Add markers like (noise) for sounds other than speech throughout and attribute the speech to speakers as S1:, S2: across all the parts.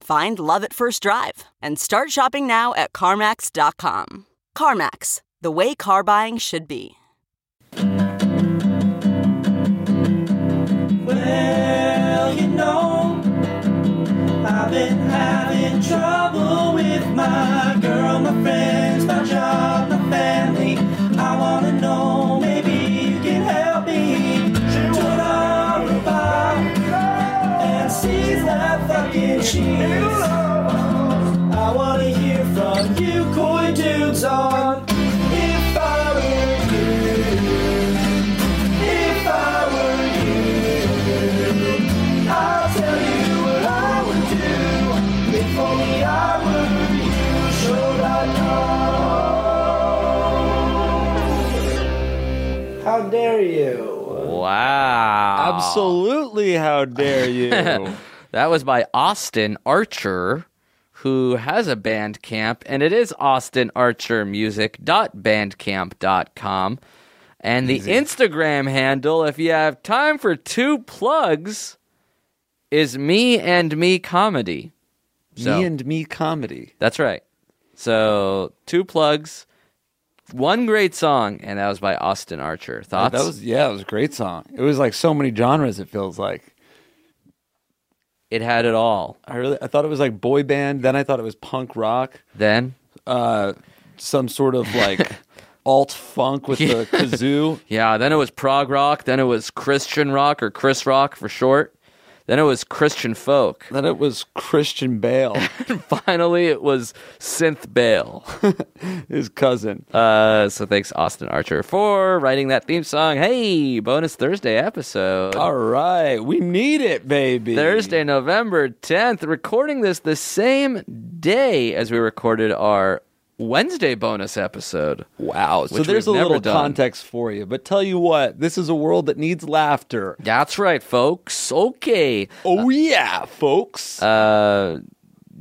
S1: Find love at first drive and start shopping now at CarMax.com. CarMax, the way car buying should be.
S2: Well, you know, I've been having trouble with my girl, my friends, my job, my family. I wanna know, maybe you can help me. What I'm about, and she's that fucking cheese. I wanna hear from you, coy dudes, on if I were you. If I were you, I'll tell you what I would do. If only I were you, should I know? How dare you?
S3: Wow.
S4: Absolutely. How dare you?
S3: (laughs) That was by Austin Archer, who has a Bandcamp, and it is austinarchermusic.bandcamp.com. And the Instagram handle, if you have time for two plugs, is me and me comedy. So-
S4: Me and me comedy.
S3: That's right. So two plugs, one great song, and that was by Austin Archer. Thoughts?
S4: That was yeah, it was a great song. It was like so many genres. It feels like
S3: it had it all.
S4: I really I thought it was like boy band. Then I thought it was punk rock,
S3: Then,
S4: uh, some sort of
S3: (laughs)
S4: like alt funk with the kazoo.
S3: yeah, then it was prog rock. Then it was Christian rock or Chris rock for short. Then it was Christian folk. (laughs)
S4: Then it was Christian Bale,
S3: And finally, it was synth bail.
S4: his cousin.
S3: (laughs) Uh, so thanks, Austin Archer, for writing that theme song. Hey, bonus Thursday episode.
S4: All right, we need it, baby.
S3: Thursday, November 10th, recording this the same day as we recorded our Wednesday bonus episode.
S4: Wow. So
S3: Which
S4: there's a
S3: we've never
S4: little
S3: done.
S4: context for you, but tell you what, this is a world that needs laughter.
S3: That's right, folks. Okay.
S4: Oh yeah, folks.
S3: Uh,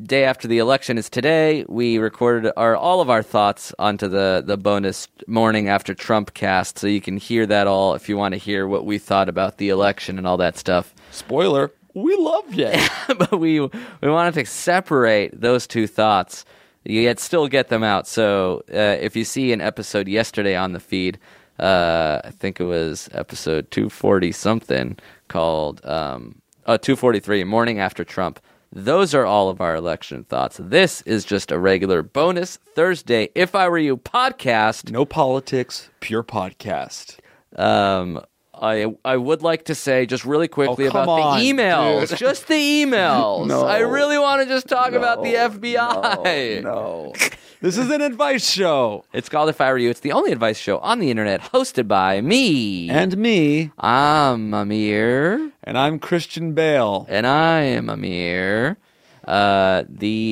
S3: day after the election is today. We recorded our all of our thoughts onto the the bonus morning after Trump cast, so you can hear that all if you want to hear what we thought about the election and all that stuff.
S4: Spoiler: We love you.
S3: (laughs) but we we wanted to separate those two thoughts yet still get them out so uh, if you see an episode yesterday on the feed uh, i think it was episode 240 something called um, uh, 243 morning after trump those are all of our election thoughts this is just a regular bonus thursday if i were you podcast
S4: No politics, pure podcast.
S3: um, I I would like to say just really quickly
S4: Oh,
S3: about
S4: come on,
S3: the emails.
S4: dude.
S3: Just
S4: (laughs)
S3: the emails.
S4: No.
S3: I really want to just talk about the FBI.
S4: No. (laughs) this is an advice show.
S3: It's called If I Were You. It's the only advice show on the internet hosted by me.
S4: And me,
S3: I'm Amir.
S4: and I'm Christian Bale.
S3: And I am Amir. Uh,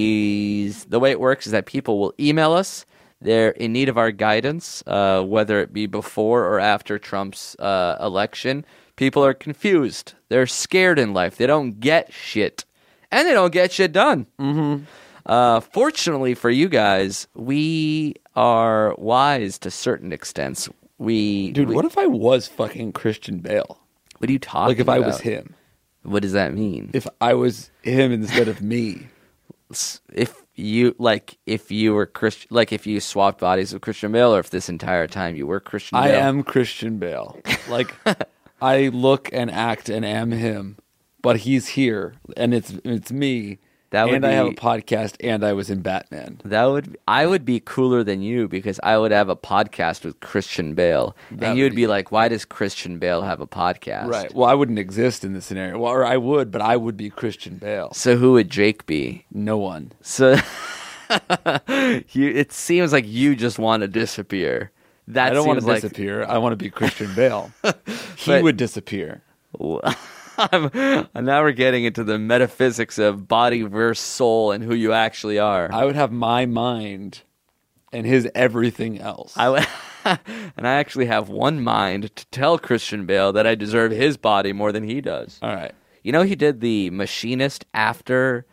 S3: these the way it works is that people will email us. They're in need of our guidance, uh, whether it be before or after Trump's uh, election. People are confused. They're scared in life. They don't get shit, and they don't get shit done.
S4: Mm-hmm.
S3: Uh, fortunately for you guys, we are wise to certain extents. We
S4: Dude,
S3: we-
S4: what if I was fucking Christian Bale?
S3: what are you talking?
S4: Like if I was
S3: about?
S4: him.
S3: what does that mean?
S4: If I was him instead of me.
S3: s- if you like if you were Christian like if you swapped bodies with Christian Bale or if this entire time you were Christian
S4: I
S3: Bale.
S4: am Christian Bale. (laughs) Like I look and act and am him, but he's here and it's it's me
S3: That would
S4: and I have a
S3: be-
S4: podcast, and I was in Batman.
S3: That would I would be cooler than you because I would have a podcast with Christian Bale,
S4: That
S3: and
S4: would
S3: you'd be
S4: be-
S3: like, "Why does Christian Bale have a podcast?"
S4: Right. Well, I wouldn't exist in this scenario. Well, or I would, but I would be Christian Bale.
S3: So who would Jake be?
S4: No one.
S3: So (laughs) you, it seems like you just want to disappear. That
S4: I don't want
S3: seems
S4: to
S3: like,
S4: disappear. I want to be Christian
S3: (laughs)
S4: Bale. he
S3: But-
S4: would disappear.
S3: (laughs) I'm, now we're getting into the metaphysics of body versus soul and who you actually are.
S4: I would have my mind and his everything else.
S3: I w- (laughs) and I actually have one mind to tell Christian Bale that I deserve his body more than he does.
S4: All right.
S3: You know, he did the machinist after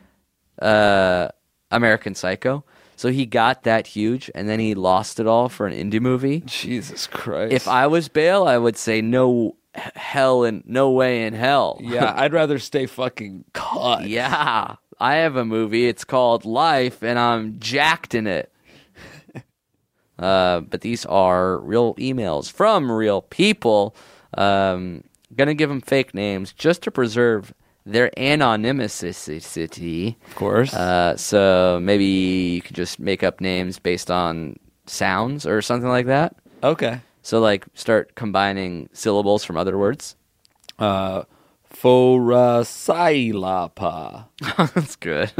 S3: uh, American Psycho. So he got that huge and then he lost it all for an indie movie.
S4: Jesus Christ.
S3: If I was Bale, I would say no h- hell and no way in hell.
S4: yeah, I'd rather stay fucking caught.
S3: Yeah. I have a movie. It's called Life and I'm jacked in it. Uh, but these are real emails from real people. Um, gonna give them fake names just to preserve their anonymity.
S4: Of course.
S3: Uh, so maybe you could just make up names based on sounds or something like that.
S4: okay.
S3: So like start combining syllables from other words.
S4: Uh, Forasailapa.
S3: (laughs) That's good.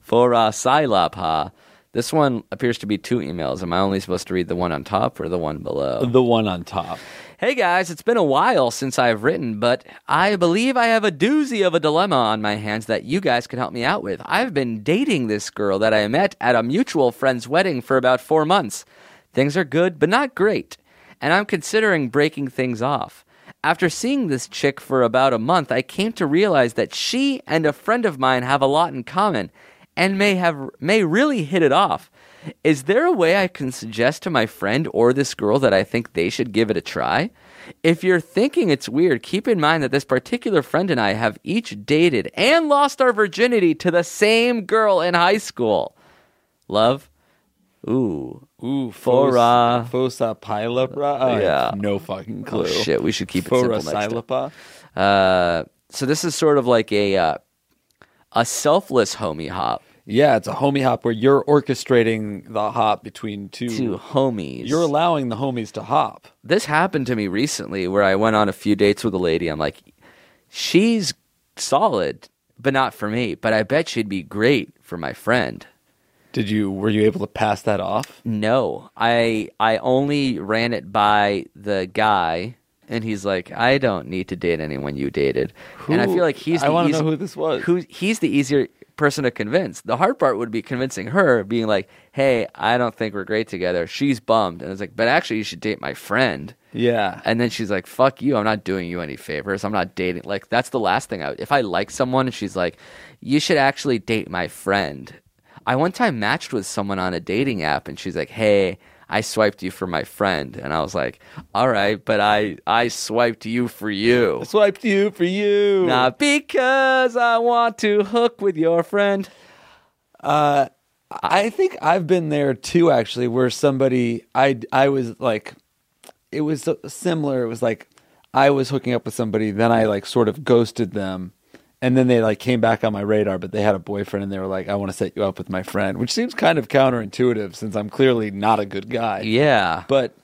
S3: For uh, Silapa. This one appears to be two emails. Am I only supposed to read the one on top or the one below?
S4: The one on top.
S3: Hey guys, it's been a while since I've written, but I believe I have a doozy of a dilemma on my hands that you guys can help me out with. I've been dating this girl that I met at a mutual friend's wedding for about four months. Things are good, but not great, and I'm considering breaking things off. After seeing this chick for about a month, I came to realize that she and a friend of mine have a lot in common and may have may really hit it off. Is there a way I can suggest to my friend or this girl that I think they should give it a try? If you're thinking it's weird, keep in mind that this particular friend and I have each dated and lost our virginity to the same girl in high school. Love? Ooh.
S4: Ooh,
S3: Fora-
S4: Fosapilapa. I have
S3: Yeah.
S4: No fucking clue.
S3: Oh, shit. We should keep it simple next time.
S4: Forasilapa.
S3: Uh, so this is sort of like a uh, a selfless homie hop
S4: Yeah, it's a homie hop where you're orchestrating the hop between two.
S3: to homies.
S4: Mm. You're allowing the homies to hop.
S3: this happened to me recently where I went on a few dates with a lady. I'm like, she's solid, but not for me. But I bet she'd be great for my friend.
S4: Did you? Were you able to pass that off?
S3: No, I I only ran it by the guy, and he's like, I don't need to date anyone you dated, and I
S4: Who-
S3: feel like he's.
S4: I
S3: the
S4: wanna
S3: easy-
S4: know who this was.
S3: Who he's the easier person to convince. The hard part would be convincing her, being like, "Hey, I don't think we're great together." She's bummed, and it's like, "But actually, you should date my friend."
S4: Yeah.
S3: And then she's like, "Fuck you! I'm not doing you any favors. I'm not dating." Like that's the last thing I. If I like someone, and she's like, "You should actually date my friend." I one time matched with someone on a dating app, and she's like, "Hey, I swiped you for my friend," and I was like, "All right, but I I swiped you for you."
S4: Swiped you for you.
S3: Not because I want to hook with your friend.
S4: I think I've been there too, actually, where somebody I I was like, it was so- similar. It was like I was hooking up with somebody, then I like sort of ghosted them, and then they like came back on my radar, but they had a boyfriend, and they were like, "I want to set you up with my friend," which seems kind of counterintuitive since I'm clearly not a good guy.
S3: Yeah,
S4: but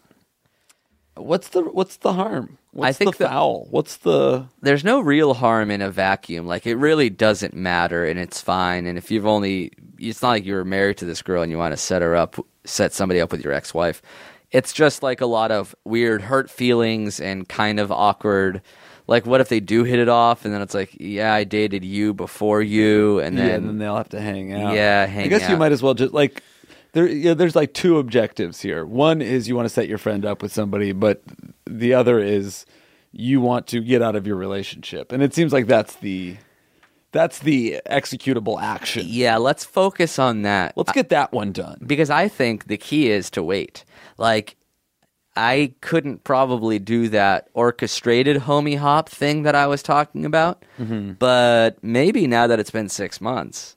S4: what's the what's the harm? What's
S3: think
S4: the
S3: that-
S4: foul. What's the
S3: there's no real harm in a vacuum. Like it really doesn't matter, and it's fine. And if you've only, it's not like you were married to this girl and you want to set her up, set somebody up with your ex-wife. It's just like a lot of weird hurt feelings and kind of awkward. Like, what if they do hit it off, and then it's like, yeah, I dated you before you, and
S4: yeah,
S3: then
S4: and then they'll have to hang out.
S3: Yeah,
S4: I
S3: hang
S4: guess you
S3: out.
S4: might as well just like there. Yeah, there's like two objectives here. One is you want to set your friend up with somebody, but the other is you want to get out of your relationship. And it seems like that's the that's the executable action.
S3: yeah, let's focus on that.
S4: Let's get that one done.
S3: because I think the key is to wait. Like I couldn't probably do that orchestrated homie hop thing that I was talking about,
S4: Mm-hmm.
S3: but maybe now that it's been six months,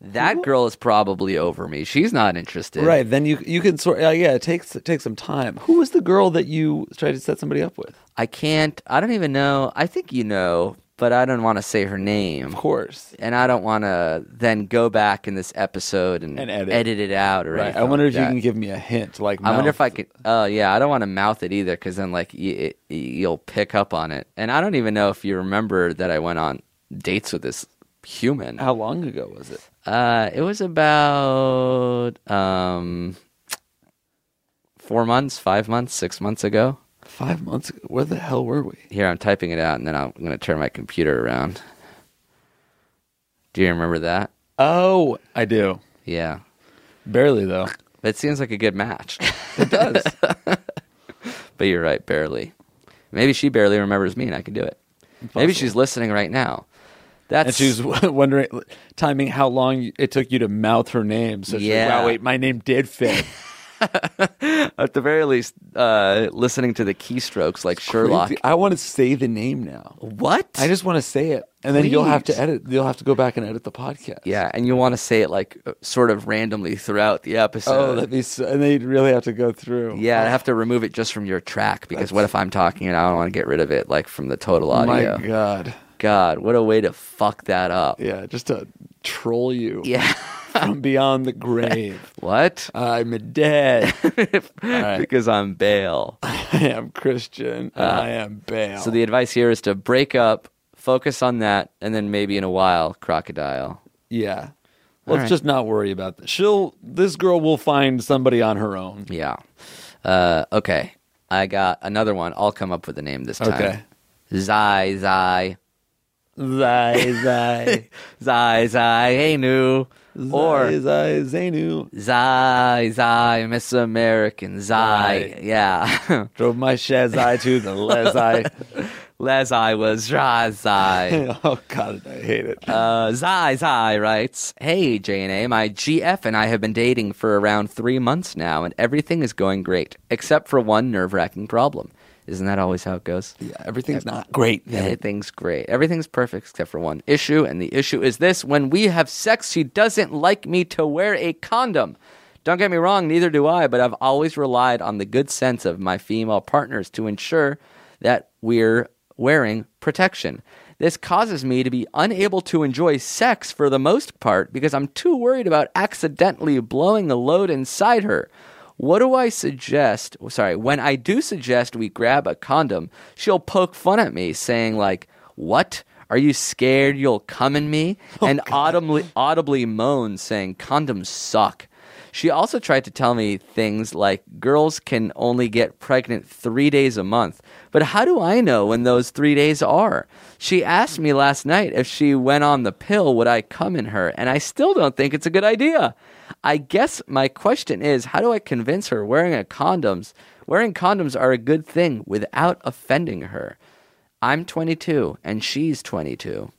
S3: that girl is probably over me. She's not interested.
S4: Right then, you you can sort. Uh, yeah, it takes it takes some time. Who was the girl that you tried to set somebody up with?
S3: I can't. I don't even know. I think you know. but I don't want to say her name.
S4: Of course.
S3: And I don't want to then go back in this episode and,
S4: And edit.
S3: it out or
S4: Right.
S3: anything
S4: I wonder
S3: like
S4: if you
S3: that.
S4: can give me a hint. Like,
S3: I wonder
S4: mouth.
S3: if I could. Oh yeah, I don't want to mouth it either because then like y- y- you'll pick up on it. And I don't even know if you remember that I went on dates with this human.
S4: How long ago was it?
S3: Uh, it was about um four months, five months, six months ago.
S4: Five months ago. Where the hell were we?
S3: Here I'm typing it out, and then I'm gonna turn my computer around. Do you remember that?
S4: Oh, I do.
S3: Yeah,
S4: Barely though.
S3: But it seems like a good (laughs) match. It does. but you're right, barely. Maybe she barely remembers me and I can do it. Maybe she's listening right now. That's
S4: And she (laughs) was wondering, timing how long it took you to mouth her name. So she's
S3: Yeah.
S4: like, wow, wait, my name did (laughs) fit.
S3: at the very least uh, listening to the keystrokes like Sherlock.
S4: Crazy. I want to say the name now.
S3: What?
S4: I just want to say it, and then you'll have
S3: Please.
S4: to edit. You'll have to go back and edit the podcast.
S3: yeah, and you'll want to say it like uh, sort of randomly throughout the
S4: Oh,
S3: episode.
S4: that'd be so, and then you'd really have to go through.
S3: yeah, I have to remove it just from your track because what if I'm talking and I don't want to get rid of it like from the total
S4: Oh, my
S3: audio?
S4: God.
S3: God, what a way to fuck that up.
S4: Yeah, just to troll you
S3: Yeah. (laughs)
S4: from (laughs) beyond the (laughs) grave.
S3: What?
S4: I'm dead. right.
S3: Because I'm bail.
S4: (laughs) I am Christian. and I am Bale.
S3: So the advice here is to break up, focus on that, and then maybe in a while, crocodile.
S4: yeah.
S3: All
S4: Let's
S3: right.
S4: just not worry about this. She'll. This girl will find somebody on her own.
S3: Yeah. Uh, okay. I got another one. I'll come up with a name this time.
S4: Okay.
S3: Zai Zai.
S4: Zai
S3: (laughs)
S4: (laughs) zai
S3: Zai Zai. Hey new.
S4: zai
S3: Or
S4: zai uh, Zainu
S3: Zai Zai Miss American. Zai.
S4: Right.
S3: Yeah. (laughs)
S4: drove my shazai to the lezai.
S3: Les I was Zai Zai.
S4: (laughs) oh God, I hate it.
S3: Uh, Zai Zai writes, Hey, JNA, my GF and I have been dating for around three months now, and everything is going great, except for one nerve wracking problem. Isn't that always how it goes?
S4: yeah, everything's not great. Then.
S3: Everything's great. Everything's perfect except for one issue, and the issue is this when we have sex, she doesn't like me to wear a condom. Don't get me wrong, neither do I, but I've always relied on the good sense of my female partners to ensure that we're wearing protection. This causes me to be unable to enjoy sex for the most part because I'm too worried about accidentally blowing a load inside her. What do I suggest? Sorry, when I do suggest we grab a condom, she'll poke fun at me, saying, like, What? Are you scared you'll come in me? and audibly, audibly moan, saying, Condoms suck. She also tried to tell me things like girls can only get pregnant three days a month, but how do I know when those three days are? She asked me last night if she went on the pill, would I come in her? And I still don't think it's a good idea. I guess my question is how do I convince her wearing a condoms wearing condoms are a good thing without offending her? I'm 22 and she's 22.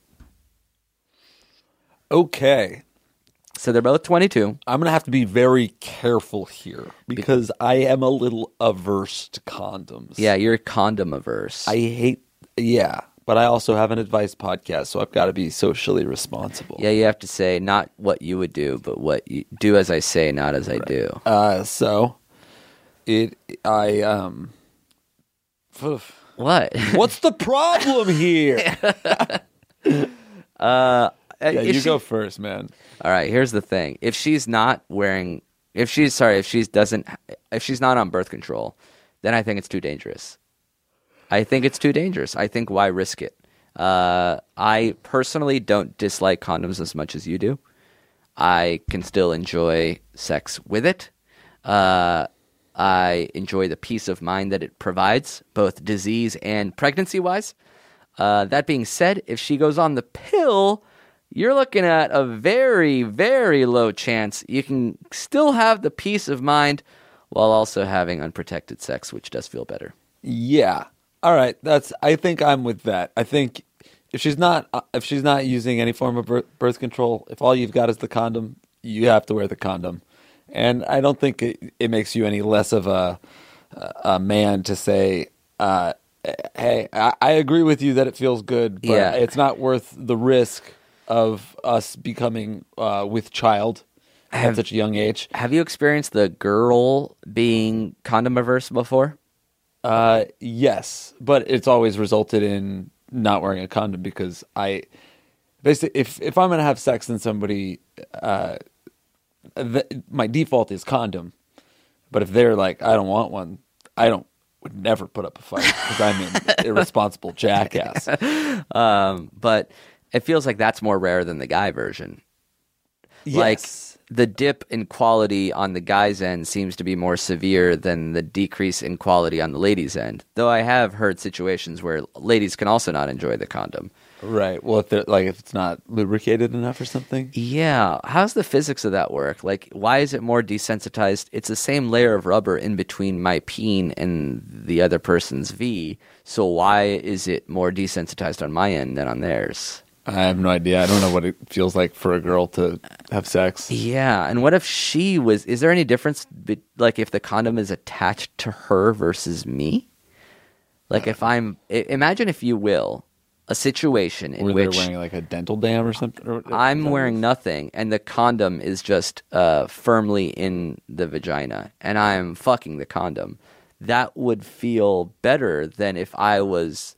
S4: Okay,
S3: So they're both 22.
S4: I'm gonna have to be very careful here because I am a little averse to condoms.
S3: Yeah, you're condom averse.
S4: I hate. Yeah, but I also have an advice podcast, so I've got to be socially responsible.
S3: Yeah, you have to say not what you would do, but what you do as I say, not as I do.
S4: Uh, so it. I um. oof.
S3: What? (laughs)
S4: What's the problem here? (laughs) yeah, you
S3: If she-
S4: go first, man.
S3: All right, here's the thing. If she's not wearing if she's sorry, if she's doesn't if she's not on birth control, then I think it's too dangerous. I think it's too dangerous. I think why risk it? Uh, I personally don't dislike condoms as much as you do. I can still enjoy sex with it. Uh, I enjoy the peace of mind that it provides, both disease and pregnancy wise. Uh, that being said, if she goes on the pill, you're looking at a very, very low chance you can still have the peace of mind while also having unprotected sex, which does feel better.
S4: Yeah. All right. That's. I think I'm with that. I think if she's not uh, if she's not using any form of birth, birth control, if all you've got is the condom, you have to wear the condom. And I don't think it, it makes you any less of a a man to say, uh, "Hey, I, I agree with you that it feels good, but
S3: Yeah.
S4: it's not worth the risk of us becoming uh, with child at such a young age."
S3: Have you experienced the girl being condom averse before?
S4: Uh, yes, but it's always resulted in not wearing a condom because I basically if if I'm gonna have sex with somebody, uh, th- my default is condom. But if they're like, I don't want one, I don't would never put up a fight because I'm
S3: (laughs)
S4: an irresponsible jackass.
S3: Um, but it feels like that's more rare than the guy version.
S4: Yes.
S3: Like the dip in quality on the guy's end seems to be more severe than the decrease in quality on the lady's end. Though I have heard situations where ladies can also not enjoy the condom.
S4: Right. Well, if they're like if it's not lubricated enough or something.
S3: Yeah, how's the physics of that work? Like why is it more desensitized? It's the same layer of rubber in between my peen and the other person's V. So why is it more desensitized on my end than on theirs?
S4: I have no idea. I don't know what it feels like for a girl to have sex.
S3: Yeah, and what if she was? Is there any difference, be, like if the condom is attached to her versus me? Like if I'm, i- imagine if you will, a situation in
S4: Were they
S3: which
S4: wearing like a dental dam or something? or-
S3: I'm wearing nothing and the condom is just uh, firmly in the vagina, and I'm fucking the condom. That would feel better than if I was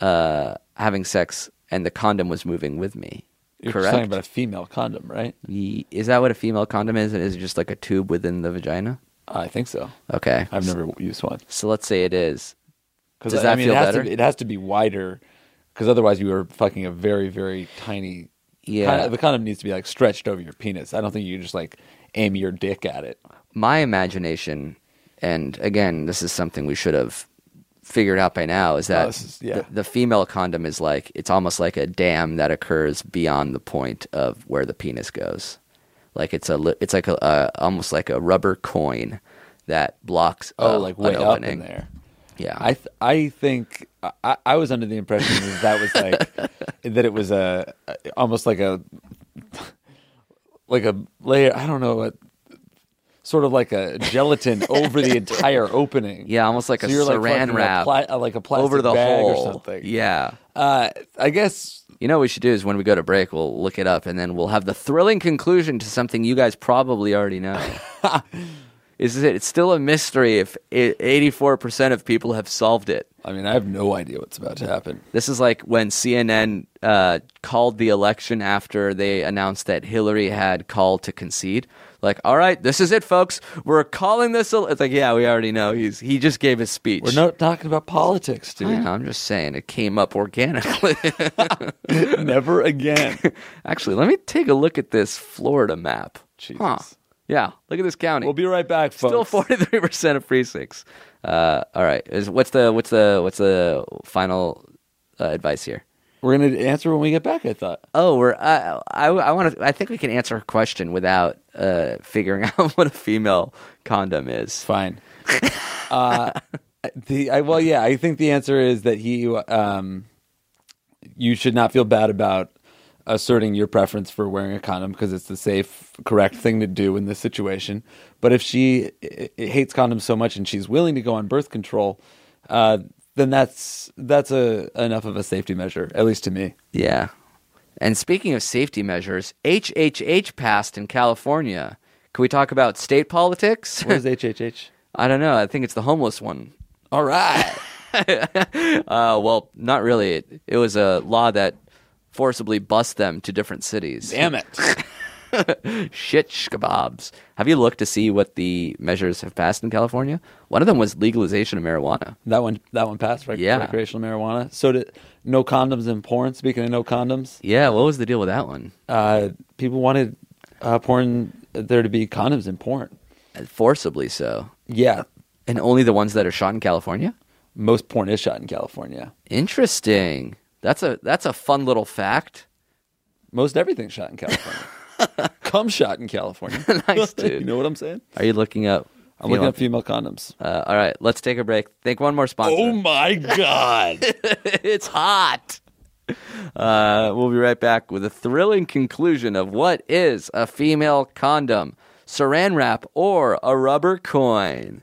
S3: uh, having sex and the condom was moving with me.
S4: You're
S3: correct.
S4: talking about a female condom, right?
S3: Ye- Is that what a female condom is? Is it just like a tube within the vagina?
S4: I think so.
S3: Okay.
S4: I've never used one.
S3: So let's say it is.
S4: Because
S3: Does
S4: I
S3: that
S4: mean,
S3: feel
S4: it has
S3: better?
S4: To, it has to be wider, because otherwise you are fucking a very, very tiny.
S3: Yeah.
S4: Kind of- the condom needs to be like stretched over your penis. I don't think you just like aim your dick at it.
S3: My imagination, and again, this is something we should have figured out by now, is that
S4: this is- yeah.
S3: the, the female condom is like, it's almost like a dam that occurs beyond the point of where the penis goes. Like it's a, li- it's like a, uh, almost like a rubber coin that blocks
S4: Oh,
S3: uh,
S4: like
S3: an
S4: way up
S3: opening.
S4: in there.
S3: Yeah.
S4: I th- I think I, I was under the impression that that was like that it was a almost like a like a layer. I don't know. A, sort of like a gelatin over the entire opening.
S3: yeah, almost like
S4: So
S3: a
S4: you're, like,
S3: saran
S4: fucking a
S3: wrap
S4: pla- uh, like a plastic
S3: over the
S4: bag or
S3: hole.
S4: something.
S3: Yeah.
S4: Uh, I guess
S3: You know what we should do is when we go to break, we'll look it up and then we'll have the thrilling conclusion to something you guys probably already know. is it? It's still a mystery if eighty-four percent of people have solved it.
S4: I mean I have no idea what's about to happen.
S3: This is like when CNN uh, called the election after they announced that Hillary had called to concede. Like, all right, this is it, folks. We're calling this. el-" It's like, yeah, we already know. He's he just gave his speech.
S4: We're not talking about politics,
S3: (laughs) I
S4: dude.
S3: know, I'm just saying it came up organically.
S4: Never again. (laughs)
S3: Actually, let me take a look at this Florida map.
S4: Jesus.
S3: Yeah, look at this county.
S4: We'll be right back, folks.
S3: Still forty-three percent of precincts. Uh, all right, is what's the what's the what's the final uh, advice here?
S4: We're gonna answer when we get back. I thought.
S3: Oh, we're I I, I want to. I think we can answer her question without uh, figuring (laughs) out what a female condom is.
S4: Fine. uh, the I, well, yeah, I think the answer is that he, um, you should not feel bad about asserting your preference for wearing a condom because it's the safe, correct thing to do in this situation. But if she i i- hates condoms so much and she's willing to go on birth control, uh, then that's that's a enough of a safety measure, at least to me.
S3: Yeah. And speaking of safety measures, HHH passed in California. Can we talk about state politics?
S4: What is HHH?
S3: I don't know. I think it's the homeless one.
S4: All right.
S3: (laughs) Uh, well, not really. It, it was a law that forcibly bussed them to different cities.
S4: Damn it.
S3: Shit, kebabs. Have you looked to see what the measures have passed in California? One of them was legalization of marijuana.
S4: That one, that one passed. Rec-
S3: Yeah.
S4: recreational marijuana. So did no condoms in porn. Speaking of no condoms,
S3: Yeah, what was the deal with that one?
S4: uh, people wanted uh, porn there to be condoms in porn.
S3: Uh, Forcibly so.
S4: Yeah,
S3: And only the ones that are shot in California?
S4: most porn is shot in California.
S3: Interesting. That's a that's a fun little fact.
S4: Most everything's shot in California.
S3: (laughs)
S4: Cum shot in California.
S3: Nice,
S4: you
S3: dude.
S4: know what I'm saying?
S3: Are you looking up?
S4: I'm looking at female condoms.
S3: Uh, all right, let's take a break. Think one more sponsor.
S4: Oh my god!
S3: (laughs) it's hot. Uh, we'll be right back with a thrilling conclusion of what is a female condom, saran wrap, or a rubber coin.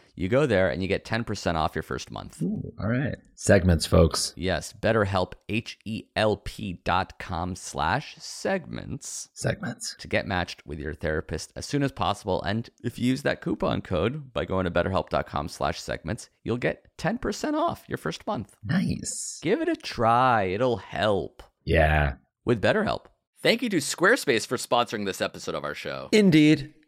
S3: You go there and you get 10% off your first month.
S5: Ooh, all right. Segments, folks.
S3: Yes, betterhelp, H-E-L-P dot com slash segments
S5: Segments.
S3: to get matched with your therapist as soon as possible. And if you use that coupon code by going to betterhelp.com slash segments, you'll get 10% off your first month.
S5: Nice.
S3: Give it a try. It'll help
S5: Yeah.
S3: with BetterHelp. Thank you to Squarespace for sponsoring this episode of our show.
S4: Indeed.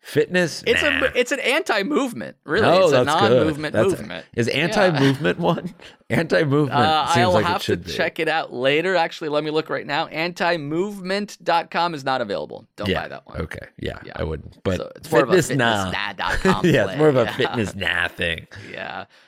S4: Fitness.
S3: It's
S4: nah.
S3: a it's an anti-movement, really.
S4: No,
S3: it's a
S4: that's good.
S3: non-movement
S4: That's-
S3: movement.
S4: Is anti-movement one? (laughs) Anti-movement
S3: Uh,
S4: seems
S3: I'll
S4: like
S3: have
S4: it
S3: to
S4: should be.
S3: check it out later. Actually, let me look right now. Antimovement.com is not available. Don't
S4: yeah.
S3: buy that one.
S4: Okay. Yeah,
S3: Yeah.
S4: I wouldn't. But
S3: so it's more
S4: fitness
S3: of a
S4: nah.
S3: fitnessnah.com.
S4: (laughs) yeah, it's more of a
S3: play. (laughs)
S4: fitness nah thing.
S3: Yeah.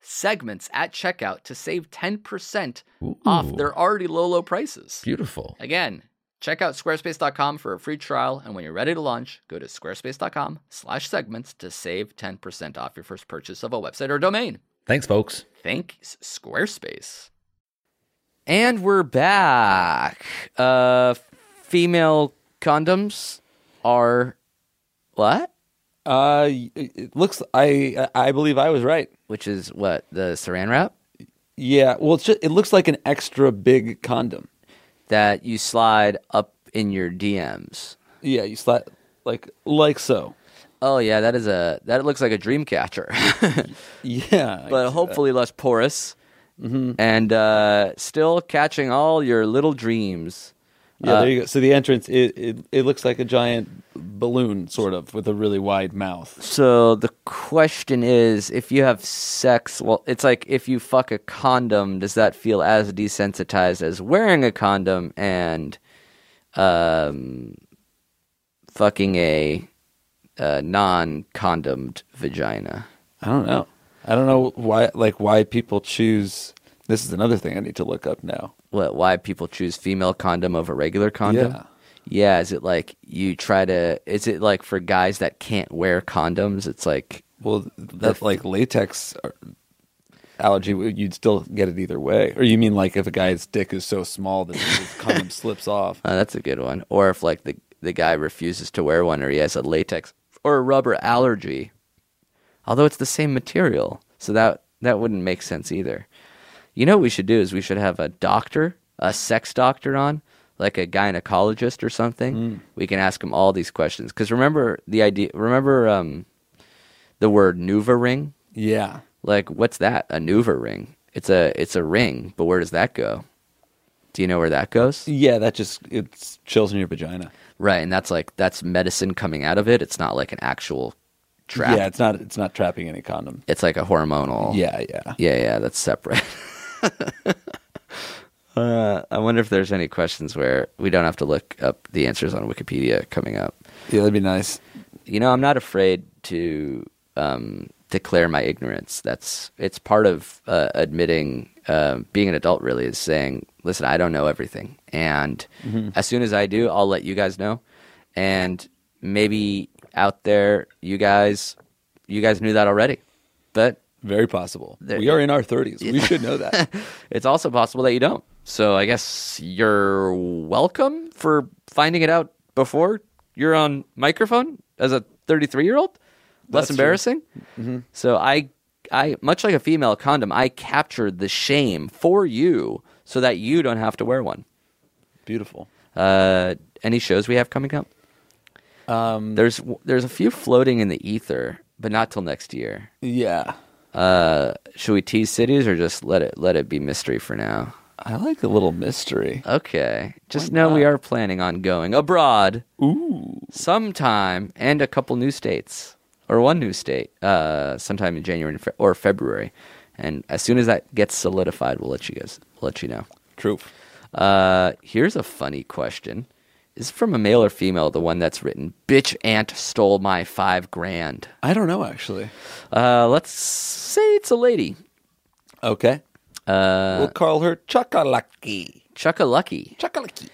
S3: segments at checkout to save 10% off
S4: Ooh.
S3: their already low, low prices.
S4: Beautiful.
S3: Again, check out squarespace.com for a free trial. And when you're ready to launch, go to squarespace.com slash segments to save 10% off your first purchase of a website or domain.
S4: Thanks, folks.
S3: Thanks, Squarespace. And we're back.
S6: Uh, female condoms are what?
S4: (laughs) Uh, y- it looks. I I believe I was right.
S6: Which is what the Saran wrap
S4: Yeah. Well, it's just, it looks like an extra big condom.
S6: that you slide up in your DMs.
S4: Yeah. You slide like like so.
S6: Oh yeah, that is a that looks like a dream catcher, (laughs)
S4: Yeah.
S6: but hopefully less porous and uh, still catching all your little dreams.
S4: yeah. there you go. So the entrance it, it it looks like a giant balloon, sort of, with a really wide mouth.
S6: So the question is, if you have sex, well, it's like if you fuck a condom, does that feel as desensitized as wearing a condom and um, fucking a, uh non-condomed vagina?
S4: I don't know. I don't know why like why people choose. This is another thing I need to look up now.
S6: What? Why people choose female condom over regular condom?
S4: Yeah.
S6: Yeah, is it like you try to? Is it like for guys that can't wear condoms? It's like
S4: Well, that like latex are, allergy, you'd still get it either way. Or you mean like if a guy's dick is so small that (laughs) his condom slips off?
S3: Uh, that's a good one. Or if like the the guy refuses to wear one, or he has a latex or a rubber allergy, although it's the same material, so that that wouldn't make sense either. You know what we should do is we should have a doctor, a sex doctor on, like a gynecologist or something. We can ask him all these questions because remember the idea. Remember um, the word NuvaRing. ring.
S4: Yeah.
S3: Like, what's that? A NuvaRing. ring. It's a it's a ring, but where does that go? Do you know where that goes?
S4: Yeah, that just it chills in your vagina.
S3: Right, and that's like that's medicine coming out of it. It's not like an actual trap.
S4: Yeah, it's not it's not trapping any condom.
S3: it's like a hormonal.
S4: Yeah, yeah.
S3: yeah, yeah. That's separate. (laughs) uh, I wonder if there's any questions where we don't have to look up the answers on Wikipedia coming up.
S4: Yeah, that'd be nice.
S3: You know, I'm not afraid to um, declare my ignorance. That's it's part of uh, admitting uh, being an adult. Really, is saying, "Listen, I don't know everything, and as soon as I do, I'll let you guys know." And maybe out there, you guys, you guys knew that already, but
S4: Very possible.
S3: There-
S4: we are in our 30s. We should know (laughs) that.
S3: it's also possible that you don't. So I guess you're welcome for finding it out before you're on microphone as a 33 year old. Less
S4: That's true. Mm-hmm.
S3: embarrassing. So I, I much like a female condom, I captured the shame for you so that you don't have to wear one.
S4: Beautiful.
S3: Uh, any shows we have coming up? Um, there's there's a few floating in the ether, but not till next year.
S4: Yeah.
S3: Uh, should we tease cities or just let it let it be mystery for now?
S4: I like a little mystery.
S3: Okay. Just know we are planning on going abroad
S4: Ooh.
S3: sometime and a couple new states or one new state uh, sometime in January and Fe- or February. And as soon as that gets solidified, we'll let you guys we'll let you know.
S4: True.
S3: Uh, here's a funny question. Is it from a male or female the one that's written bitch aunt stole my 5 grand.
S4: I don't know actually.
S3: Uh, let's say it's a lady.
S4: Okay. Uh, we'll call her Chuckalucky.
S3: Chucka Lucky.
S4: Chuckalucky.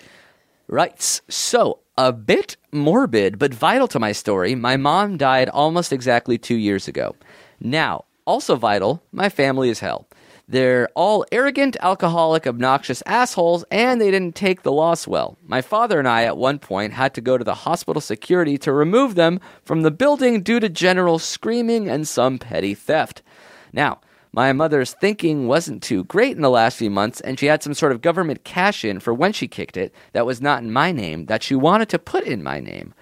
S3: Right. So, a bit morbid, but vital to my story, my mom died almost exactly two years ago. Now, also vital, my family is hell. They're all arrogant, alcoholic, obnoxious assholes, and they didn't take the loss well. My father and I, at one point, had to go to the hospital security to remove them from the building due to general screaming and some petty theft. Now, my mother's thinking wasn't too great in the last few months, and she had some sort of government cash in for when she kicked it that was not in my name that she wanted to put in my name.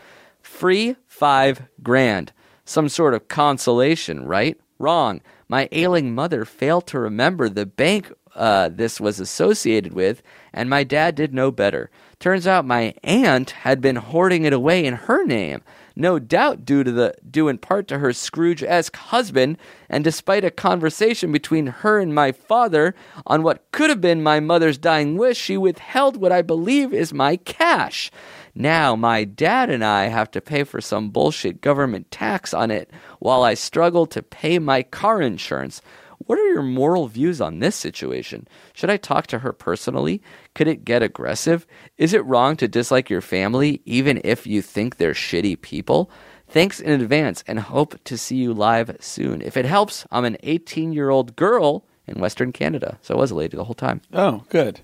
S3: Free five grand. Some sort of consolation, right? Wrong. My ailing mother failed to remember the bank uh, this was associated with, and my dad did no better. Turns out my aunt had been hoarding it away in her name, no doubt due to the due in part to her Scrooge-esque husband, and despite a conversation between her and my father on what could have been my mother's dying wish, she withheld what I believe is my cash. Now my dad and I have to pay for some bullshit government tax on it while I struggle to pay my car insurance. What are your moral views on this situation? Should I talk to her personally? Could it get aggressive? Is it wrong to dislike your family even if you think they're shitty people? Thanks in advance and hope to see you live soon. If it helps, I'm an 18 year old girl in Western Canada. So I was a lady the whole time.
S4: Oh, good.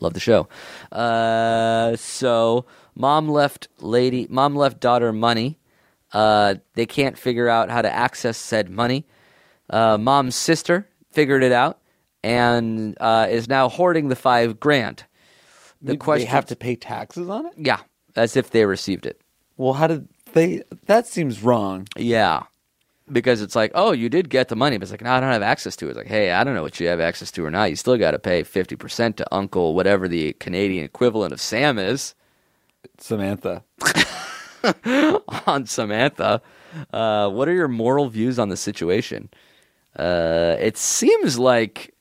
S3: Love the show. Uh, so mom left lady, mom left daughter money. Uh, they can't figure out how to access said money. Uh, mom's sister figured it out and uh, is now hoarding the five grand. The question,
S4: They have to pay taxes on it?
S3: yeah, as if they received it.
S4: Well, how did they? That seems wrong.
S3: Yeah. Because it's like, oh, you did get the money, but it's like, no, I don't have access to it. It's like, hey, I don't know what you have access to or not. You still got to pay 50% to Uncle, whatever the Canadian equivalent of Sam is.
S4: Samantha.
S3: on Samantha. Uh, what are your moral views on the situation? Uh, it seems like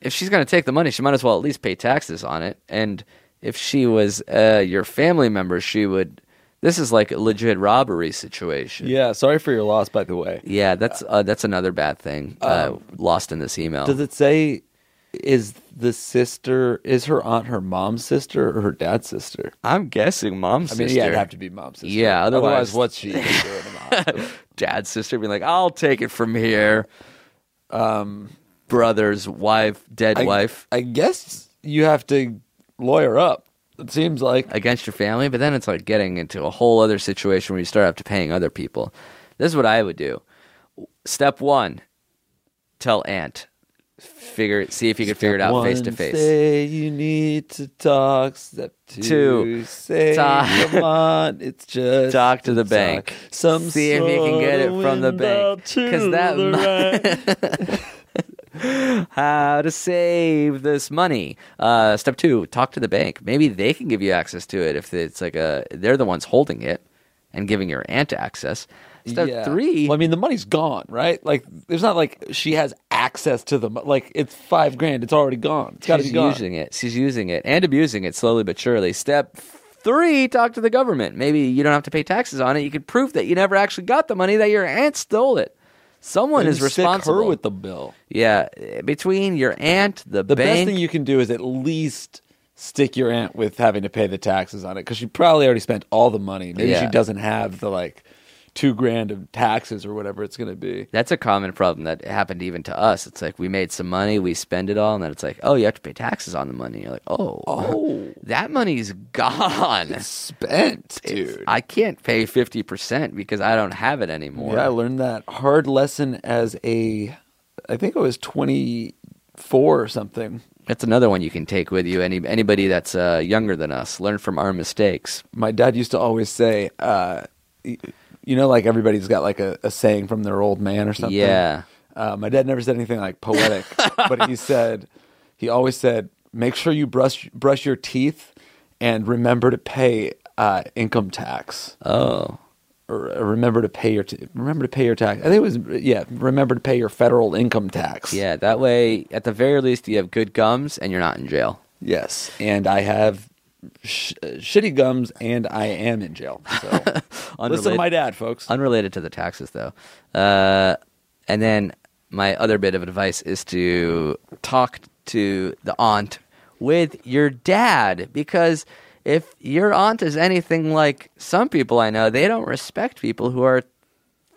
S3: if she's going to take the money, she might as well at least pay taxes on it. And if she was uh, your family member, she would. This is like a legit robbery situation.
S4: Yeah, sorry for your loss, by the way.
S3: Yeah, that's uh, that's another bad thing uh, lost in this email.
S4: Um, Does it say, is the sister, is her aunt her mom's sister or her dad's sister?
S3: I'm guessing mom's
S4: I mean, yeah, it'd have to be mom's sister.
S3: Yeah, otherwise-
S4: otherwise (laughs) what's she doing in the hospital?
S3: dad's sister being like, "I'll take it from here." brother's wife, dead
S4: Um, I,
S3: wife,
S4: I guess you have to lawyer up. It seems like
S3: against your family, but then it's like getting into a whole other situation where you start up to paying other people. This is what I would do. Step one, tell aunt. Figure it, see if you could figure it out
S4: One
S3: face to face.
S4: Say you need to talk. Step two.
S3: Two.
S4: Say
S3: Talk-
S4: come on. It's
S3: (laughs)
S4: just
S3: Talk to the
S4: talk.
S3: bank.
S4: Some
S3: See if you can get it
S4: sort of
S3: from the
S4: window
S3: bank.
S4: to
S3: 'Cause that
S4: the
S3: might-
S4: right.
S3: How to save this money? Uh, step two, talk to the bank. Maybe they can give you access to it if it's like a they're the ones holding it and giving your aunt access. (laughs) Step
S4: Yeah.
S3: three,
S4: Well, I mean, the money's gone, right? Like, there's not like she has access to the mo- like. It's five grand. It's already gone. It's got to be
S3: She's
S4: gone.
S3: using it. She's using it and abusing it slowly but surely. Step three: talk to the government. Maybe you don't have to pay taxes on it. You could prove that you never actually got the money; that your aunt stole it. Someone
S4: And
S3: is
S4: you stick
S3: responsible.
S4: her with the bill.
S3: yeah, between your aunt, the,
S4: The best
S3: bank.
S4: thing you can do is at least stick your aunt with having to pay the taxes on it because she probably already spent all the money. Maybe
S3: Yeah.
S4: she doesn't have the like two grand of taxes or whatever it's going to be.
S3: that's a common problem that happened even to us. It's like we made some money, we spend it all, and then it's like, oh, you have to pay taxes on the money. You're like, oh, oh, that money's gone.
S4: Spent, dude.
S3: I can't pay fifty percent because I don't have it anymore.
S4: yeah, I learned that hard lesson as a, I think I was 24 or something.
S3: That's another one you can take with you. Any anybody that's uh, younger than us, learn from our mistakes.
S4: my dad used to always say, uh, y- you know, like everybody's got like a, a saying from their old man or something.
S3: Yeah.
S4: Uh, my dad never said anything
S3: (laughs)
S4: like poetic, but he said, he always said, make sure you brush brush your teeth and remember to pay uh, income tax.
S3: Oh,
S4: Or uh, remember to pay your t- remember to pay your tax. I think it was yeah. Remember to pay your federal income tax.
S3: yeah. That way, at the very least, you have good gums and you're not in jail.
S4: Yes. And I have sh- uh, shitty gums, and I am in jail.
S3: (laughs)
S4: So listen to
S3: Unrelated-
S4: my dad, folks.
S3: Unrelated to the taxes, though. Uh, and then my other bit of advice is to talk to the aunt with your dad because if your aunt is anything like some people I know, they don't respect people who are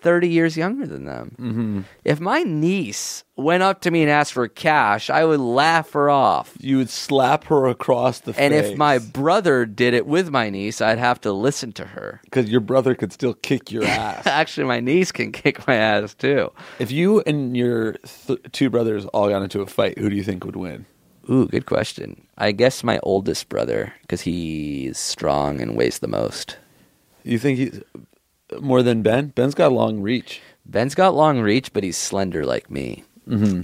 S3: 30 years younger than them. Mm-hmm. If my niece went up to me and asked for cash, I would laugh her off.
S4: you would slap her across the
S3: And
S4: face.
S3: if my brother did it with my niece, I'd have to listen to her. (laughs)
S4: because your brother could still kick your ass.
S3: Actually, my niece can kick my ass too.
S4: if you and your th- two brothers all got into a fight, who do you think would win?
S3: Ooh, good question. I guess my oldest brother, because he's strong and weighs the most.
S4: You think he's more than Ben? Ben's got long reach.
S3: Ben's got long reach, but he's slender like me. Mm-hmm.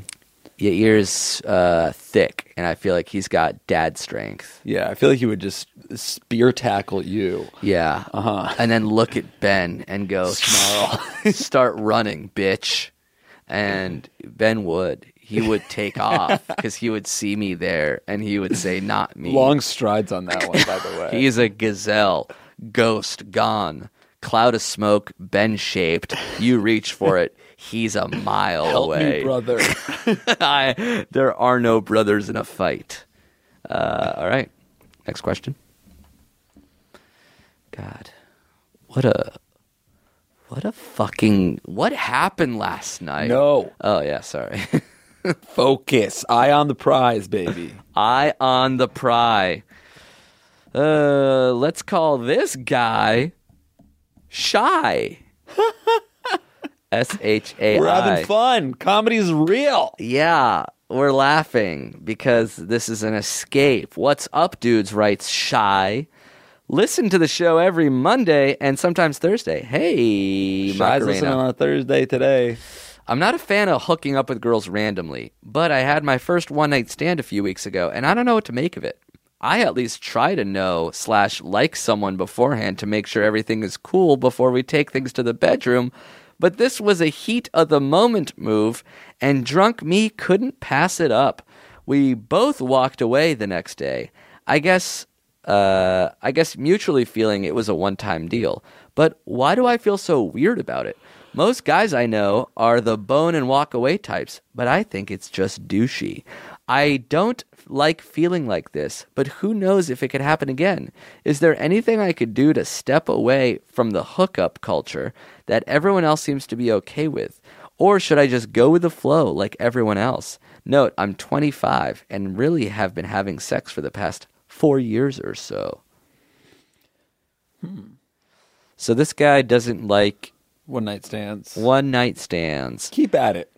S3: Your ears uh, thick, and I feel like he's got dad strength.
S4: Yeah, I feel like he would just spear tackle you.
S3: Yeah, uh-huh. and then look at Ben and go snarl, (laughs) start running, bitch. And Ben would. He would (laughs) take off because he would see me there, and he would say, "Not me."
S4: Long strides on that one,
S3: (laughs)
S4: by the way.
S3: He's a gazelle, ghost gone, cloud of smoke, bend shaped. You reach for it. He's a mile
S4: Help
S3: away.
S4: me, brother.
S3: (laughs) I, there are no brothers in a fight. Uh, all right. Next question. God. What a what a fucking what happened last night?
S4: No.
S3: Oh yeah, sorry. (laughs)
S4: Focus. Eye on the prize, baby.
S3: Eye on the pry. Uh, let's call this guy shy. (laughs) S H A I.
S4: We're having fun. Comedy's real.
S3: Yeah, we're laughing because this is an escape. What's up, dudes? Writes shy. Listen to the show every Monday and sometimes Thursday. Hey,
S4: Guys,
S3: Macarena.
S4: listening on a Thursday today.
S3: I'm not a fan of hooking up with girls randomly, but I had my first one night stand a few weeks ago, and I don't know what to make of it. I at least try to know slash like someone beforehand to make sure everything is cool before we take things to the bedroom. But this was a heat of the moment move, and drunk me couldn't pass it up. We both walked away the next day. I guess uh, I guess mutually feeling it was a one time deal. But why do I feel so weird about it? Most guys I know are the bone and walk away types, but I think it's just douchey. I don't like feeling like this, but who knows if it could happen again? Is there anything I could do to step away from the hookup culture that everyone else seems to be okay with? Or should I just go with the flow like everyone else? Note, I'm 25 and really have been having sex for the past four years or so. So this guy doesn't like
S4: One night stands.
S3: one night stands.
S4: Keep at it.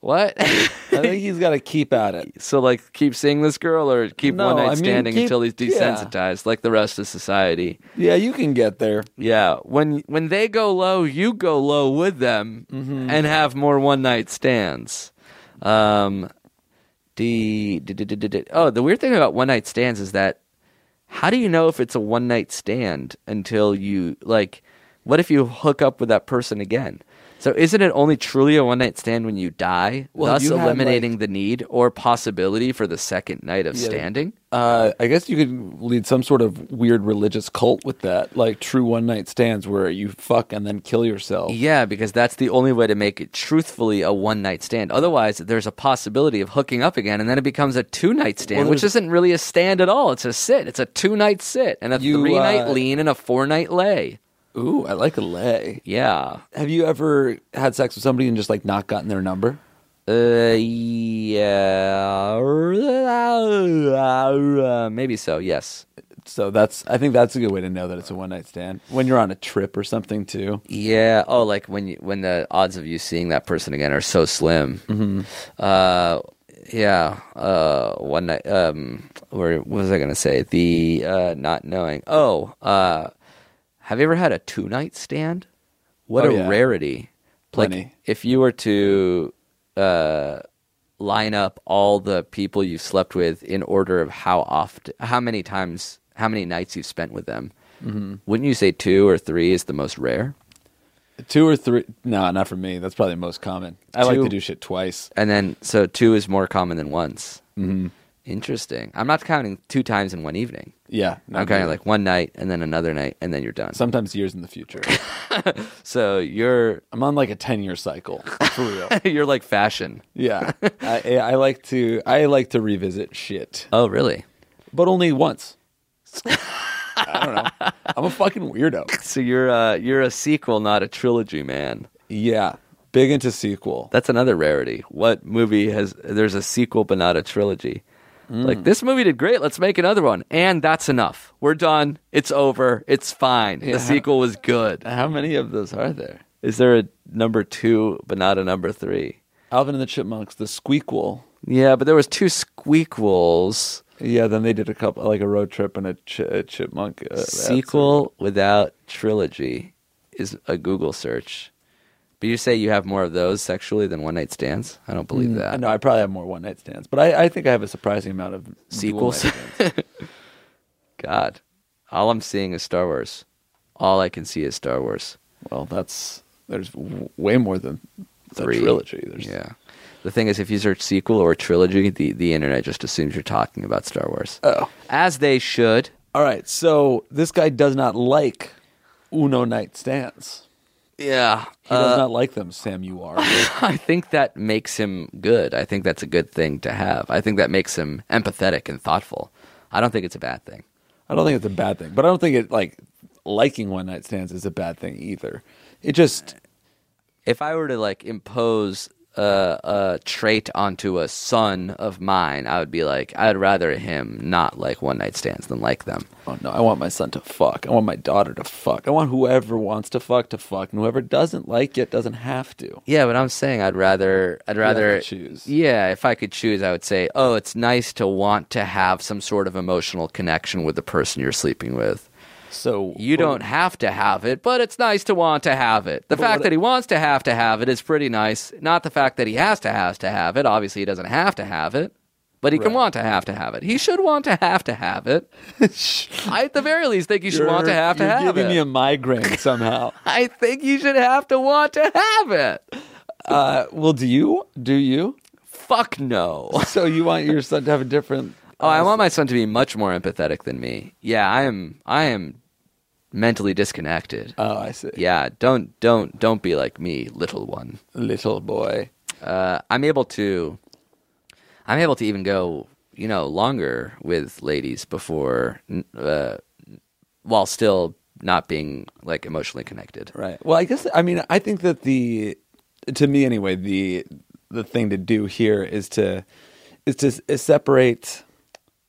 S3: What?
S4: I think he's got to keep at it.
S3: (laughs) so like keep seeing this girl or keep
S4: No,
S3: one
S4: I
S3: night
S4: mean,
S3: standing
S4: keep-
S3: until he's
S4: yeah.
S3: desensitized like the rest of society.
S4: Yeah, you can get there.
S3: Yeah, when when they go low, you go low with them
S4: Mm-hmm.
S3: and have more one night stands. Um, the, d- d- d- d- d- oh, the weird thing about one night stands is that how do you know if it's a one night stand until you like? What if you hook up with that person again? So isn't it only truly a one night stand when you die,
S4: Well,
S3: thus
S4: you have,
S3: eliminating
S4: like-
S3: the need or possibility for the second night of
S4: Yeah.
S3: standing?
S4: Uh, I guess you could lead some sort of weird religious cult with that, like true one night stands where you fuck and then kill yourself.
S3: Yeah, because that's the only way to make it truthfully a one night stand. Otherwise, there's a possibility of hooking up again, and then it becomes a two night stand,
S4: Well,
S3: which
S4: there's-
S3: isn't really a stand at all. It's a sit. It's a two night sit, and a
S4: You,
S3: three night
S4: uh,
S3: lean, and a four night lay.
S4: Ooh, I like a lay.
S3: Yeah.
S4: Have you ever had sex with somebody and just like not gotten their number?
S3: Uh, yeah. Maybe so, yes.
S4: So that's I think that's a good way to know that it's a one night stand when you're on a trip or something too.
S3: Yeah. Oh, like when you, when the odds of you seeing that person again are so slim. Mm-hmm. Uh, yeah. Uh, one night. Um, where what was I gonna say? The uh, not knowing. Oh, uh, have you ever had a two night stand? What
S4: Oh,
S3: a
S4: yeah.
S3: rarity! Like
S4: Plenty.
S3: if you were to uh, line up all the people you've slept with in order of how oft, how many times, how many nights you've spent with them.
S4: Mm-hmm.
S3: Wouldn't you say two or three is the most rare?
S4: Two or three? No, not for me. That's probably the most common. I like
S3: Two.
S4: to do shit twice.
S3: And then, so two is more common than once. Mm-hmm. Interesting. I'm not counting two times in one evening.
S4: Yeah,
S3: I'm counting like one night and then another night and then you're done.
S4: sometimes years in the (laughs) future.
S3: so you're (laughs)
S4: I'm on like a ten year cycle for real.
S3: you're like fashion. (laughs)
S4: yeah, I, I like to I like to revisit shit,
S3: Oh, really?
S4: but only once. I don't
S3: (laughs)
S4: know. I'm a fucking weirdo.
S3: So you're uh, you're a sequel, not a trilogy, man.
S4: Yeah, big into sequel.
S3: That's another rarity. What movie has there's a sequel but not a trilogy? Like this movie did great. Let's make another one, and that's enough. We're done. It's over. It's fine. The sequel was good.
S4: How many of those are there?
S3: Is there a number two but not a number three?
S4: Alvin and the Chipmunks, the Squeakquel.
S3: Yeah, but there was two squeakquels
S4: Yeah, then they did a couple like a road trip and a, ch- a chipmunk uh, that's-
S3: sequel without trilogy is a Google search. But you say you have more of those sexually than one night stands? I don't believe
S4: I
S3: that.
S4: know I probably have more one night stands, but I, I think I have a surprising amount of dual
S3: Sequels?
S4: night stands.
S3: God, all I'm seeing is Star Wars. All I can see is Star Wars.
S4: well, that's there's w- way more than
S3: Three
S4: the trilogy. There's,
S3: Yeah. The thing is, if you search sequel or trilogy, the, the internet just assumes you're talking about Star Wars.
S4: Oh.
S3: As they should.
S4: All right, so this guy does not like Uno night stands.
S3: Yeah.
S4: He does not like them, Sam. You are.
S3: (laughs) I think that makes him good. I think that's a good thing to have. I think that makes him empathetic and thoughtful. I don't think it's a bad thing.
S4: I don't think it's a bad thing, but I don't think it like liking one night stands is a bad thing either. It just
S3: If I were to like impose a, a trait onto a son of mine, I would be like, I'd rather him not like one night stands than like them.
S4: Oh no, I want my son to fuck. I want my daughter to fuck. I want whoever wants to fuck to fuck, and whoever doesn't like it doesn't have to.
S3: Yeah, but I'm saying I'd rather I'd
S4: have to
S3: rather
S4: choose.
S3: Yeah, if I could choose, I would say, oh, it's nice to want to have some sort of emotional connection with the person you're sleeping with.
S4: So
S3: You
S4: but-
S3: don't have to have it, but it's nice to want to have it. The fact
S4: what-
S3: that he wants to have to have it is pretty nice. Not the fact that he has to has to have it. Obviously, he doesn't have to have it, but he can
S4: Right.
S3: want to have to have it. He should want to have to have
S4: (laughs)
S3: it. I, at the very least, think you should want to
S4: You're-
S3: have to
S4: you're
S3: have
S4: giving
S3: it.
S4: me a migraine
S3: (laughs)
S4: somehow.
S3: I think you should have to want to have it.
S4: uh, well, do you? Do you?
S3: Fuck no.
S4: So you want your son to have a different?
S3: (laughs) Oh, I want my son to be much more empathetic than me. Yeah, I am. I am mentally disconnected. Uh,
S4: Oh, I see.
S3: yeah, don't don't don't be like me, little one.
S4: little boy.
S3: Uh, I'm able to. I'm able to even go, you know, longer with ladies before, n- uh, while still not being like emotionally connected.
S4: Right. Well, I guess I mean I think that the to me anyway the the thing to do here is to is to s- is separate.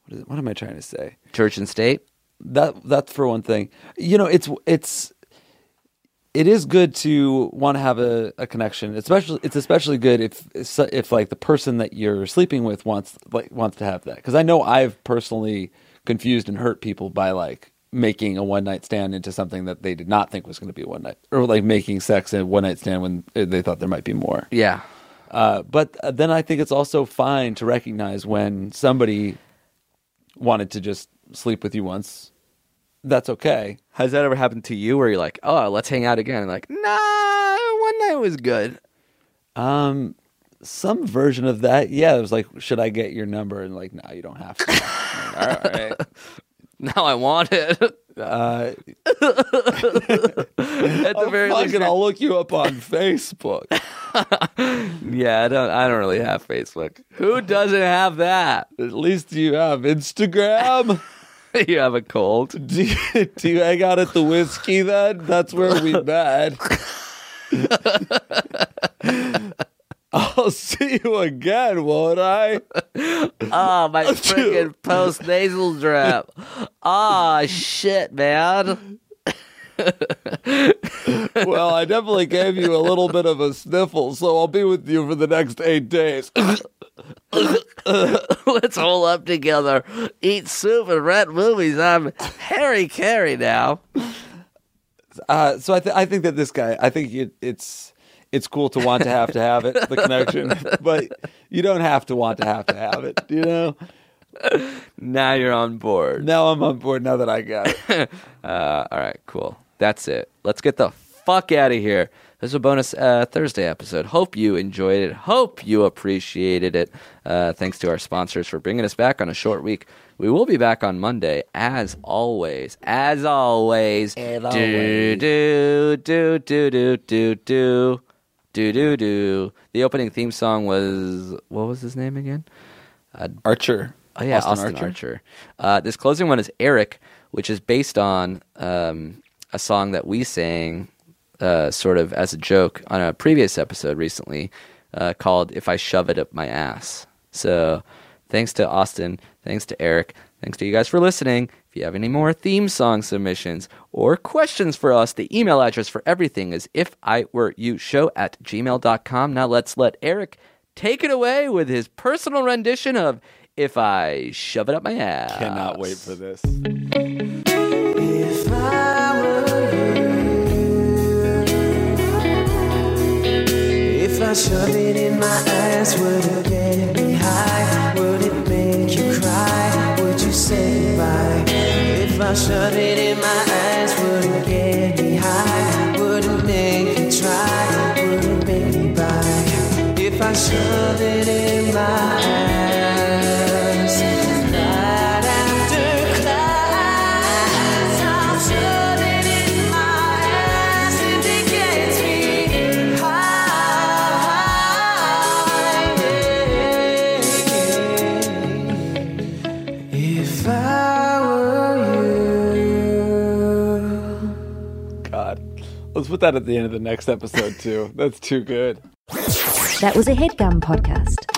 S4: What, is, what am I trying to say?
S3: Church and state.
S4: That that's for one thing. You know, it's it's it is good to want to have a, a connection. Especially, it's especially good if if like the person that you're sleeping with wants like wants to have that. Because I know I've personally confused and hurt people by like making a one night stand into something that they did not think was going to be one night, or like making sex a one night stand when uh, they thought there might be more.
S3: Yeah.
S4: Uh, but uh, then I think it's also fine to recognize when somebody wanted to just sleep with you once. That's okay.
S3: Has that ever happened to you where you're like, oh, let's hang out again? And like, nah, one night was good. (laughs)
S4: Um, some version of that. Yeah, it was like, should I get your number? And like, no, you don't have to. Like, (laughs) All right.
S3: Now I want it. (laughs)
S4: Uh,
S3: At the
S4: (laughs) oh,
S3: very
S4: fuck
S3: least,
S4: it, I'll look you up on Facebook.
S3: (laughs) yeah. I don't. I don't really have Facebook. Who doesn't have that?
S4: At least you have (laughs) Instagram.
S3: (laughs) you have a cold.
S4: (laughs) do, you, do you hang out at the whiskey then? That's
S3: (laughs)
S4: where we met. (laughs) I'll see you again, won't I?
S3: Oh, (laughs) my freaking post nasal drip. Ah, shit, man. (laughs)
S4: Well, I definitely gave you a little bit of a sniffle, so I'll be with you for the next eight days. (laughs)
S3: Let's hole up together, eat soup, and rent movies. I'm Harry Carey now.
S4: Uh, so I, th- I think that this guy, I think it, it's it's cool to want to have to have it, the (laughs) connection, but you don't have to want to have to have it. You know.
S3: Now you're on board.
S4: Now I'm on board. Now that I got it.
S3: Uh, all right, cool. That's it. Let's get the fuck out of here. This is a bonus uh, Thursday episode. Hope you enjoyed it. Hope you appreciated it. Uh, thanks to our sponsors for bringing us back on a short week. We will be back on Monday, as always. As always. Do, do, do, do, do, do, do. Do, do, do. The opening theme song was. What was his name again?
S4: Archer.
S3: Oh yeah, Austin, Archer. Uh, this closing one is Eric, which is based on um, a song that we sang, uh, sort of as a joke, on a previous episode recently, uh, called "If I Shove It Up My Ass." So, thanks to Austin, thanks to Eric, thanks to you guys for listening. If you have any more theme song submissions or questions for us, the email address for everything is if I were you show at gmail.com. Now let's let Eric take it away with his personal rendition of if I shove it up my ass.
S4: Cannot wait for this.
S2: If I shoved it in my eyes, would it get me high? Would it make you cry? Would you say bye? If I shoved it in my eyes, would it get me high? Would it make you try? Would it make me buy? If I shoved it in my eyes, night after class, I'll shove it in my eyes and it gets me high. If I were you.
S4: God. Let's put that at the end of the next episode, too. That's too good.
S7: That was a headgum podcast.